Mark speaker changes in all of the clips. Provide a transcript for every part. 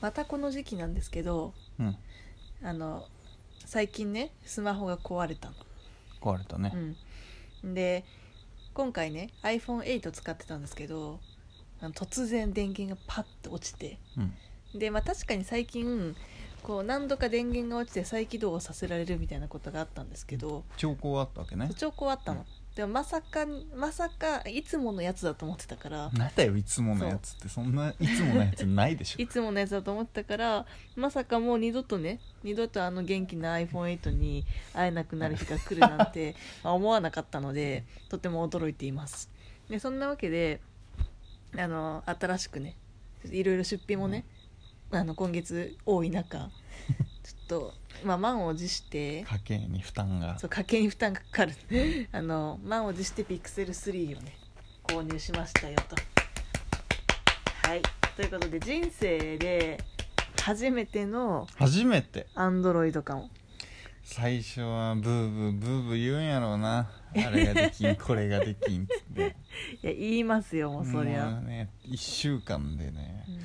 Speaker 1: またこの時期なんですけど
Speaker 2: うん
Speaker 1: あの最近ねスマホが壊れたの、
Speaker 2: 壊れたね、
Speaker 1: うん、で今回ね iPhone8 使ってたんですけどあの突然電源がパッと落ちて
Speaker 2: うん
Speaker 1: でまあ確かに最近こう何度か電源が落ちて再起動をさせられるみたいなことがあったんですけど
Speaker 2: 兆候はあったわけね
Speaker 1: 兆候あったの、でもまさかまさかいつものやつだと思ってたから、
Speaker 2: なんだよいつものやつってそんないつものやつないでし
Speaker 1: いつものやつだと思ってたからまさかもう二度とね二度とあの元気な iPhone8 に会えなくなる日が来るなん てまあ思わなかったのでとても驚いていますでそんなわけであの新しくねいろいろ出費もね、あの今月多い 中ちょっと、まあ、満を持して
Speaker 2: ょ家計に負担が
Speaker 1: そう家計に負担がかかる あの満を持してピクセル3をね購入しましたよとはいということで人生で初めての
Speaker 2: 初めて
Speaker 1: アンドロイドかも
Speaker 2: 最初はブーブーブーブー言うんやろうなあれができ んこれができんっつって
Speaker 1: いや言いますよもうそりゃ、
Speaker 2: もうね1週間でね、
Speaker 1: うん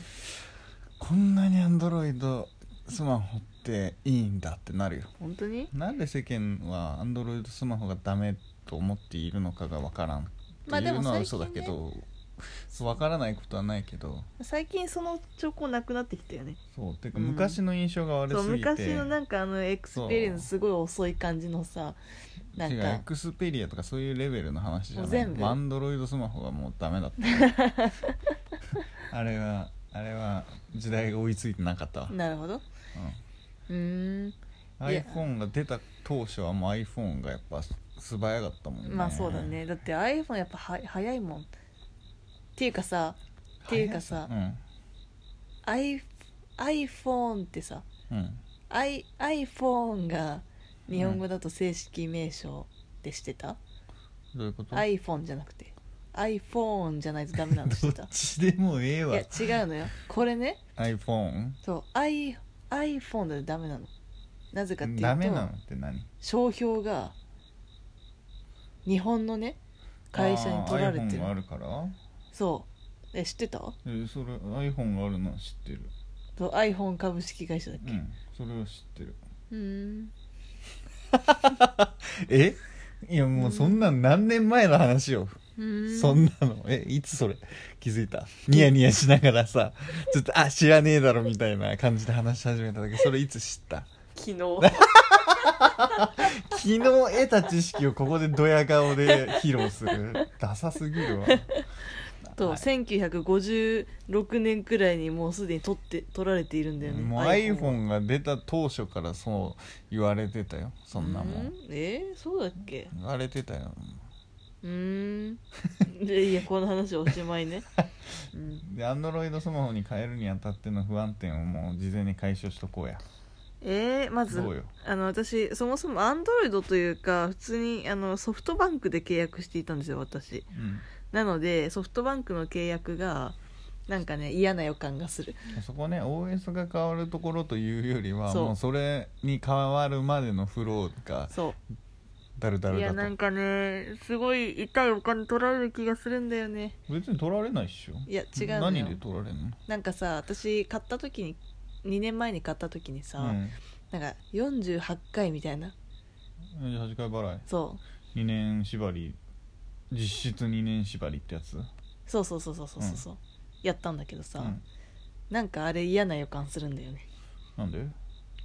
Speaker 2: こんなにアンドロイドスマホっていいんだってなるよ
Speaker 1: 本当に
Speaker 2: なんで世間はアンドロイドスマホがダメと思っているのかがわからんって
Speaker 1: まあ
Speaker 2: い
Speaker 1: で
Speaker 2: う
Speaker 1: も
Speaker 2: のは
Speaker 1: 最
Speaker 2: 嘘
Speaker 1: 近、
Speaker 2: だ
Speaker 1: ね、
Speaker 2: けど、そうわからないことはないけど
Speaker 1: 最近その兆候なくなってきたよね
Speaker 2: そうてか
Speaker 1: うん
Speaker 2: 昔の印象が悪
Speaker 1: そう
Speaker 2: すぎて、
Speaker 1: 昔のなんかあのエクスペリエンスすごい遅い感じのさなん
Speaker 2: 違うエ
Speaker 1: か
Speaker 2: クスペリアとかそういうレベルの話じゃ
Speaker 1: もう
Speaker 2: ない
Speaker 1: 全部
Speaker 2: アンドロイドスマホがもうダメだった あれはあれは時代が追いついてなかったわ、
Speaker 1: なるほどうーん
Speaker 2: うん、
Speaker 1: いや
Speaker 2: iPhone が出た当初はもう iPhone がやっぱ素早かったもんね
Speaker 1: まあそうだねだって iPhone やっぱは早いもんっていうかさっていうかさ
Speaker 2: 早い
Speaker 1: I iPhone ってさ
Speaker 2: うん、うん、
Speaker 1: I iPhone が日本語だと正式名称でしてた、
Speaker 2: どういうこと
Speaker 1: iPhone じゃなくて iPhone じゃないとダメなのして
Speaker 2: どったちでもええ
Speaker 1: い
Speaker 2: わ
Speaker 1: や違うのよこれね
Speaker 2: iPhone
Speaker 1: そう I iPhone だとダメなのなぜかっていうと
Speaker 2: ダメなのって何
Speaker 1: 商標が日本のね会社に取られて
Speaker 2: あー iPhone があ
Speaker 1: る
Speaker 2: るから
Speaker 1: そうえ知ってた
Speaker 2: えそれ iPhone があるのは知ってる
Speaker 1: そう iPhone 株式会社だっ
Speaker 2: う
Speaker 1: け
Speaker 2: んそれは知ってる
Speaker 1: うん
Speaker 2: えいやもうそんなん何年前の話よ、
Speaker 1: うん
Speaker 2: そんなのえいつそれ気づいたニヤニヤしながらさちょっとあ知らねえだろみたいな感じで話し始めただけそれいつ知った
Speaker 1: 昨日
Speaker 2: 昨日得た知識をここでドヤ顔で披露するダサすぎるわ
Speaker 1: と、
Speaker 2: はい
Speaker 1: 1956年くらいにもうすでに取って取られているんだよね
Speaker 2: もう iPhone が出た当初からそう言われてたよそんなもん、
Speaker 1: うえーそうだっけ
Speaker 2: 言われてたよ
Speaker 1: うーんでいやこの話はおしまい ね、うん、
Speaker 2: でアンドロイドスマホに変えるにあたっての不安定をもう事前に解消しとこうや
Speaker 1: えー、まず
Speaker 2: どうよ
Speaker 1: あの私そもそもアンドロイドというか普通にあのソフトバンクで契約していたんですよ私
Speaker 2: う
Speaker 1: なのでソフトバンクの契約がなんかね嫌な予感がする
Speaker 2: んそこね OS が変わるところというよりは
Speaker 1: そう
Speaker 2: もうそれに変わるまでのフローが
Speaker 1: そう
Speaker 2: だるだ
Speaker 1: い
Speaker 2: る
Speaker 1: や
Speaker 2: だ
Speaker 1: な
Speaker 2: と
Speaker 1: んかねすごい痛いお金取られる気がするんだよね
Speaker 2: 別に取られないっしょ
Speaker 1: いや違うのよ
Speaker 2: 何で取られるの
Speaker 1: なんかさ私買った時に2年前に買った時にさ、
Speaker 2: うん
Speaker 1: なんか48回みたいな
Speaker 2: 48回払い
Speaker 1: そう
Speaker 2: 2年縛り実質2年縛りってやつ
Speaker 1: そうそうそうそうそうそうそうやったんだけどさ、
Speaker 2: うん
Speaker 1: なんかあれ嫌な予感するんだよね
Speaker 2: なんで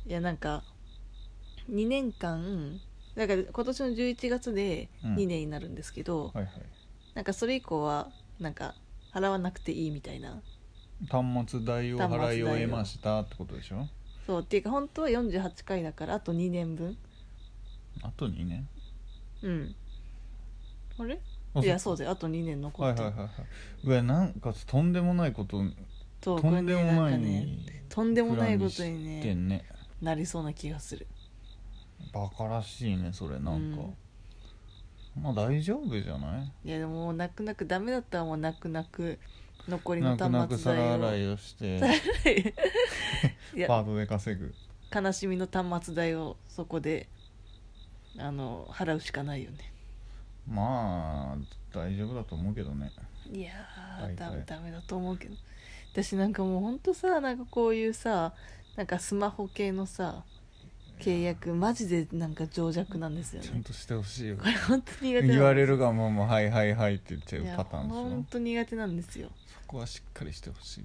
Speaker 1: いやなんか2年間だから今年の11月で
Speaker 2: うん
Speaker 1: 2年になるんですけど、
Speaker 2: はいはい
Speaker 1: なんかそれ以降はなんか払わなくていいみたいな
Speaker 2: 端末代を払い終えましたってことでしょ
Speaker 1: そうっていうか本当は48回だからあと2年分
Speaker 2: あと2年
Speaker 1: うんあれ
Speaker 2: あ
Speaker 1: いやそうだよあと2年残
Speaker 2: はい
Speaker 1: っ
Speaker 2: は
Speaker 1: て
Speaker 2: い
Speaker 1: る、
Speaker 2: はいはい上なんかとんでもないこと
Speaker 1: そう
Speaker 2: とんでも
Speaker 1: こ
Speaker 2: な
Speaker 1: れね
Speaker 2: い
Speaker 1: んかねとんでもないことに
Speaker 2: して
Speaker 1: ね
Speaker 2: んね
Speaker 1: なりそうな気がする
Speaker 2: バカらしいねそれなんか、まあ大丈夫じゃない
Speaker 1: いやでももう泣く泣くダメだったらもう泣く泣く残りの
Speaker 2: 泣く泣
Speaker 1: 端
Speaker 2: く
Speaker 1: 末代
Speaker 2: 皿
Speaker 1: を
Speaker 2: 洗いをして
Speaker 1: いや
Speaker 2: パートで稼ぐ
Speaker 1: 悲しみの端末代をそこであの払うしかないよね
Speaker 2: まあ大丈夫だと思うけどね
Speaker 1: いやー、
Speaker 2: はい
Speaker 1: ダ
Speaker 2: は
Speaker 1: メ
Speaker 2: い
Speaker 1: ダメだと思うけど私なんかもうほんとさなんかこういうさなんかスマホ系のさ契約マジでなんか情弱なんですよ
Speaker 2: ちゃん
Speaker 1: ね
Speaker 2: としてほしいよ
Speaker 1: これ本当苦手
Speaker 2: 言わ
Speaker 1: る
Speaker 2: れるがままはいはいはいって言っちゃ
Speaker 1: いうや
Speaker 2: パターンでし
Speaker 1: ほん
Speaker 2: ょ
Speaker 1: と苦手なんですよ
Speaker 2: そこはしっかりしてほしい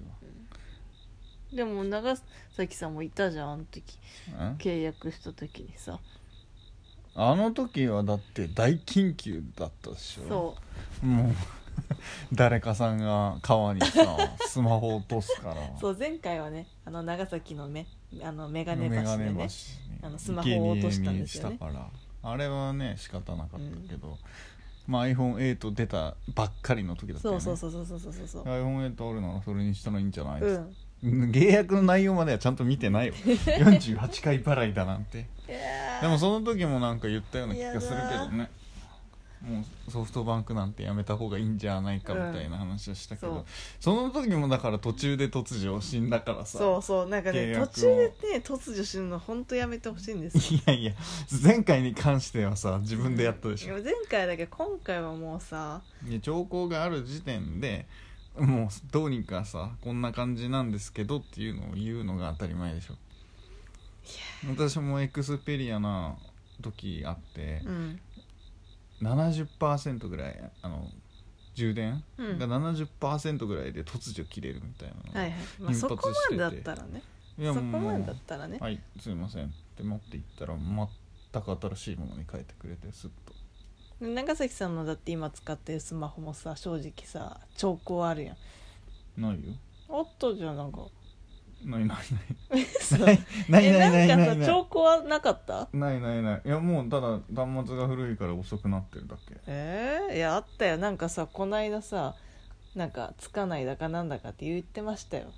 Speaker 1: でも長崎さんもいたじゃんあの時
Speaker 2: わ、うん
Speaker 1: 契約した時にさ
Speaker 2: あの時はだって大緊急だったでしょ
Speaker 1: そう
Speaker 2: もう 誰かさんが川に さスマホ落とすから
Speaker 1: うそう前回はねあの長崎の目あのメガネ
Speaker 2: メ
Speaker 1: 橋
Speaker 2: ガ
Speaker 1: で
Speaker 2: ネ橋
Speaker 1: ね
Speaker 2: に
Speaker 1: あのスマホを落としたんですよね
Speaker 2: 生贄にしたからあれはね仕方なかったけど、まあ、iPhone8 出たばっかりの時だったよ
Speaker 1: そ
Speaker 2: ね
Speaker 1: うそうそうそうそうそうそう
Speaker 2: iPhone8 あるならそれにしたらいいんじゃない、
Speaker 1: うん
Speaker 2: 契約の内容まではちゃんと見て ないよ48回払いだなんて
Speaker 1: いや
Speaker 2: で
Speaker 1: ー
Speaker 2: もその時もなんか言ったような気がするけどねもうソフトバンクなんてやめた方がいいんじゃないかみたいな話をしたけど、
Speaker 1: うん
Speaker 2: その時もだから途中で突如死んだからさ
Speaker 1: そうそうなんか
Speaker 2: 契
Speaker 1: ね
Speaker 2: 約を
Speaker 1: 途中でね突如するの本当やめてほしいんですよ
Speaker 2: いやいや前回に関してはさ自分でやったでし
Speaker 1: い
Speaker 2: ょ
Speaker 1: や前回だけど今回はもうさ
Speaker 2: いや兆候がある時点でもうどうにかさこんな感じなんですけどっていうのを言うのが当たり前でしょ私もエクスペリアな時あって
Speaker 1: うん
Speaker 2: 70%ぐらいあの充電
Speaker 1: うん
Speaker 2: が70%ぐらいで突如切れるみたいなのが、
Speaker 1: はいはい、まあ、
Speaker 2: 頻
Speaker 1: そ
Speaker 2: 発
Speaker 1: こ
Speaker 2: して
Speaker 1: ま
Speaker 2: て
Speaker 1: でだったらね
Speaker 2: い
Speaker 1: そ
Speaker 2: や
Speaker 1: こ
Speaker 2: もう
Speaker 1: までだったらね
Speaker 2: はいすいませんって持って行ったら全く新しいものに変えてくれてスッと
Speaker 1: 長崎さんのだって今使ってるスマホもさ正直さ兆候あるやん
Speaker 2: ないよ
Speaker 1: あったじゃんなん か
Speaker 2: ないない
Speaker 1: 嘘
Speaker 2: ないない
Speaker 1: え
Speaker 2: ないないな
Speaker 1: な
Speaker 2: い
Speaker 1: ん
Speaker 2: ない
Speaker 1: かさ兆候はなかった
Speaker 2: ないないないいやもうただ端末が古いから遅くなってるだけ
Speaker 1: えー、いやあったよなんかさこないださなんかつかないだかなんだかって言ってましたよ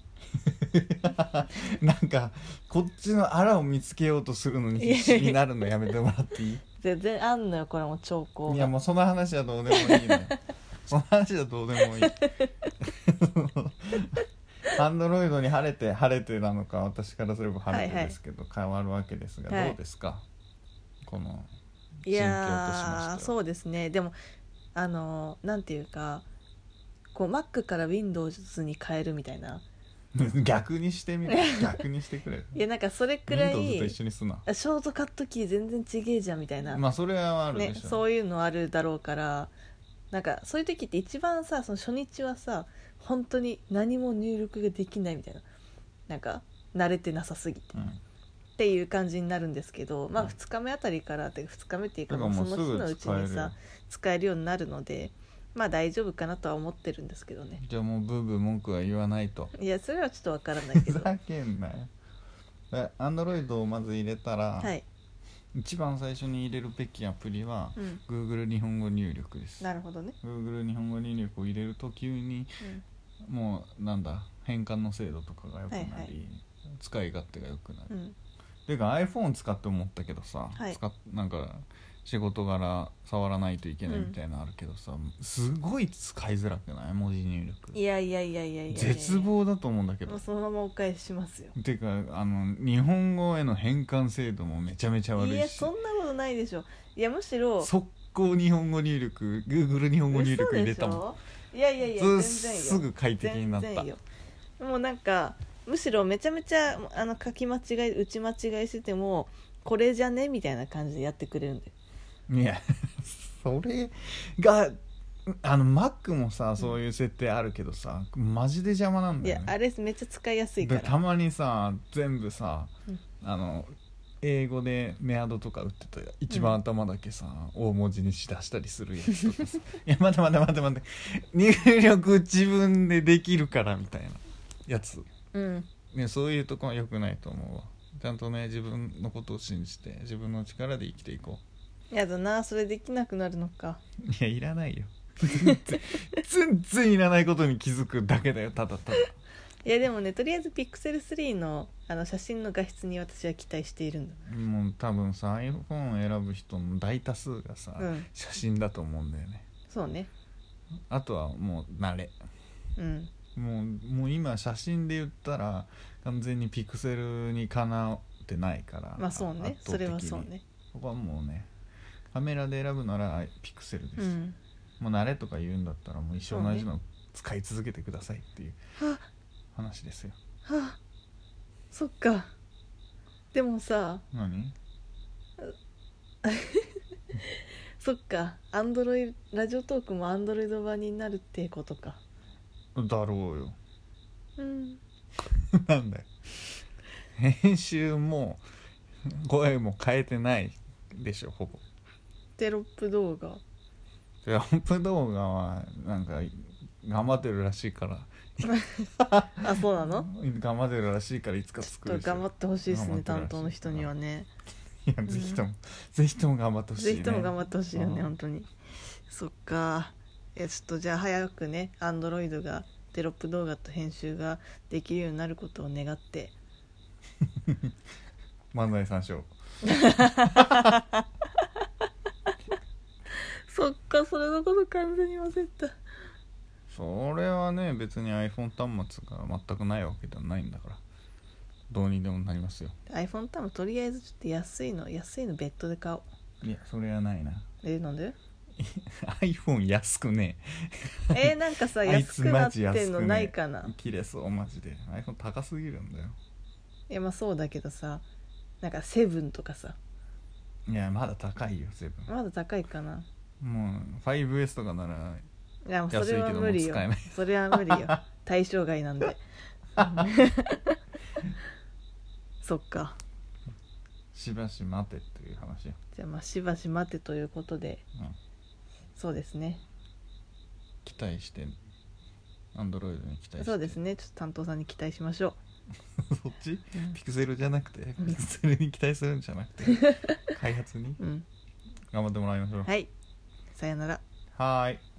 Speaker 2: なんかこっちのあらを見つけようとするのに必死になるのやめてもらっていい
Speaker 1: 全然あんのよこれも兆候
Speaker 2: いや
Speaker 1: が
Speaker 2: もうその話はどうでもいいのよ その話はどうでもい いアンドロイドに晴れて晴れてなのか私からすれば晴れて
Speaker 1: はいはい
Speaker 2: ですけど、変わるわけですが、
Speaker 1: はい
Speaker 2: どうですかこの
Speaker 1: いや
Speaker 2: 心境としま
Speaker 1: ー
Speaker 2: しては
Speaker 1: そうですねでもあのーなんていうかこう Mac から Windows に変えるみたいな
Speaker 2: 逆にして みる逆にしてくれ
Speaker 1: いやなんかそれくら
Speaker 2: Windows
Speaker 1: い
Speaker 2: と一緒にすな
Speaker 1: あショートカットキー全然ちげえじゃんみたいな、
Speaker 2: まあそれはある
Speaker 1: ね
Speaker 2: でしょ、、
Speaker 1: そういうのあるだろうからなんかそういう時って一番さその初日はさ本当に何も入力ができないみたいななんか慣れてなさすぎて
Speaker 2: うん
Speaker 1: っていう感じになるんですけど、ま
Speaker 2: う
Speaker 1: あ、
Speaker 2: ん
Speaker 1: 2日目あたりからって2日目っていうか
Speaker 2: だからもう
Speaker 1: その日のうち
Speaker 2: すぐ使え
Speaker 1: に
Speaker 2: るよ
Speaker 1: さ使えるようになるのでまあ大丈夫かなとは思ってるんですけどね
Speaker 2: じゃあもうブーブー文句は言わないと
Speaker 1: いやそれはちょっとわからないけ
Speaker 2: ふ
Speaker 1: ど
Speaker 2: ざけんなよえアンドロイドをまず入れたら、
Speaker 1: はい、
Speaker 2: 一番最初に入れるべきアプリは
Speaker 1: う、ん、
Speaker 2: Google 日本語入力です
Speaker 1: なるほどね、
Speaker 2: Google 日本語入力を入れると急に
Speaker 1: うん
Speaker 2: もうなんだ変換の精度とかが良くなり、
Speaker 1: はいはい
Speaker 2: 使い勝手が良くなる、
Speaker 1: うん
Speaker 2: ていうか iPhone 使って思ったけどさ、
Speaker 1: はい
Speaker 2: 使っなんか仕事柄触らないといけないみたいなのあるけどさ、すごい使いづらくない文字入力
Speaker 1: いやいやいやいやいやいや
Speaker 2: 絶望だと思うんだけど
Speaker 1: もうそのままお返ししますよ
Speaker 2: てかあの日本語への変換精度もめちゃめちゃ悪
Speaker 1: い
Speaker 2: い
Speaker 1: や
Speaker 2: し
Speaker 1: そんなことないでしょいやむしろ
Speaker 2: 速攻日本語入力 Google 日本語入力入れたもん
Speaker 1: 嘘でしょいやいやいや
Speaker 2: そ
Speaker 1: 全
Speaker 2: う
Speaker 1: 然よ
Speaker 2: すぐ快適になっ
Speaker 1: 全
Speaker 2: た
Speaker 1: 然よもうなんかむしろめちゃめちゃあの書き間違い打ち間違いしててもこれじゃねみたいな感じでやってくれるんで
Speaker 2: いやそれがあの Mac もさそういう設定あるけどさ、マジで邪魔なん
Speaker 1: い
Speaker 2: だよ
Speaker 1: やあ
Speaker 2: ね
Speaker 1: れめっちゃ使いやすいか
Speaker 2: でた
Speaker 1: ら
Speaker 2: まにさ全部さ、
Speaker 1: うん
Speaker 2: あの英語でメアドとか打ってた一番頭だけさ、大文字にしだしたりするやつと かさいや待て待て待て待て入力自分でできるからみたいなやつ
Speaker 1: うん
Speaker 2: ね、そういうとこは良くないと思うわちゃんとね自分のことを信じて自分の力で生きていこ
Speaker 1: やだなそれできなくなるのか
Speaker 2: ういやいらないよ全然全然いらないことに気づくだけだよただただ
Speaker 1: いやでもねとりあえず Pixel3 のあの写真の画質に私は期待しているんだ
Speaker 2: もう多分さ iPhone を選ぶ人の大多数がさ、
Speaker 1: うん
Speaker 2: 写真だと思うんだよね
Speaker 1: そうね
Speaker 2: あとはもう慣れ
Speaker 1: うん
Speaker 2: もうもう今写真で言ったら完全にピクセルにかなってないから
Speaker 1: まあそうね
Speaker 2: 圧
Speaker 1: そ
Speaker 2: 倒的
Speaker 1: れ
Speaker 2: に
Speaker 1: はそうね
Speaker 2: ここはもうねカメラで選ぶならピクセルで
Speaker 1: う
Speaker 2: す、
Speaker 1: ん
Speaker 2: もう慣れとか言うんだったらもう一生同じの使い続けてくださいっていう話ですよ
Speaker 1: はあそっかでもさ
Speaker 2: 何
Speaker 1: そっかアンドロイラジオトークもアンドロイド版になるってことか
Speaker 2: だろうよ
Speaker 1: うん
Speaker 2: なんだよ編集も声も変えてないでしょほぼ
Speaker 1: テロップ動画
Speaker 2: でアップ動画はなんか頑張ってるらしいから
Speaker 1: あそうなの
Speaker 2: 頑張ってるらしいからいつか
Speaker 1: ち
Speaker 2: 作
Speaker 1: ょ
Speaker 2: る
Speaker 1: っと頑張ってほしいですね
Speaker 2: 頑張
Speaker 1: 担
Speaker 2: ってほしい
Speaker 1: 当の人にはね
Speaker 2: いやぜひとも、ぜひとも頑張ってほしい、ね、
Speaker 1: ぜひとも頑張ってほしいよね、
Speaker 2: うん
Speaker 1: 本当にそっかえちょっとじゃあ早くねアンドロイドがテロップ動画と編集ができるようになることを願って
Speaker 2: 漫才三章
Speaker 1: そっかそれのこと完全に忘れてた
Speaker 2: それはね別に iPhone 端末が全くないわけではないんだからどうにでもなりますよ
Speaker 1: iPhone タムとりあえずちょっと安いの安いのベッドで買おう
Speaker 2: いやそれはないな
Speaker 1: えなんで
Speaker 2: iPhone 安くね
Speaker 1: えーなんかさ
Speaker 2: あい
Speaker 1: 安
Speaker 2: つ
Speaker 1: くな
Speaker 2: マ
Speaker 1: っ
Speaker 2: ジ
Speaker 1: て
Speaker 2: 安
Speaker 1: ん
Speaker 2: く
Speaker 1: の
Speaker 2: ね
Speaker 1: ないかな、
Speaker 2: 切れそうマジで iPhone 高すぎるんだよ
Speaker 1: いやまあそうだけどさなんかセブンとかさ
Speaker 2: いやまだ高いよセブ
Speaker 1: まだ高いかな
Speaker 2: ンもう 5S とかなら
Speaker 1: いやそれは
Speaker 2: 安いけど
Speaker 1: 無理よ
Speaker 2: もう使えない
Speaker 1: それは無理 よ対象外なんでそっか
Speaker 2: しばし待てっていう話よ、
Speaker 1: じゃあまあしばし待てということで
Speaker 2: うん、
Speaker 1: そうですね
Speaker 2: 期待してアンドロイドに期待して
Speaker 1: そうですねちょっと担当さんに期待しましょ
Speaker 2: そっち
Speaker 1: う、うん
Speaker 2: ピクセルじゃなくて
Speaker 1: うん
Speaker 2: ピクセルに期待するんじゃなく て開発に
Speaker 1: うん、
Speaker 2: 頑張ってもらいましょう
Speaker 1: はいさよなら
Speaker 2: はーい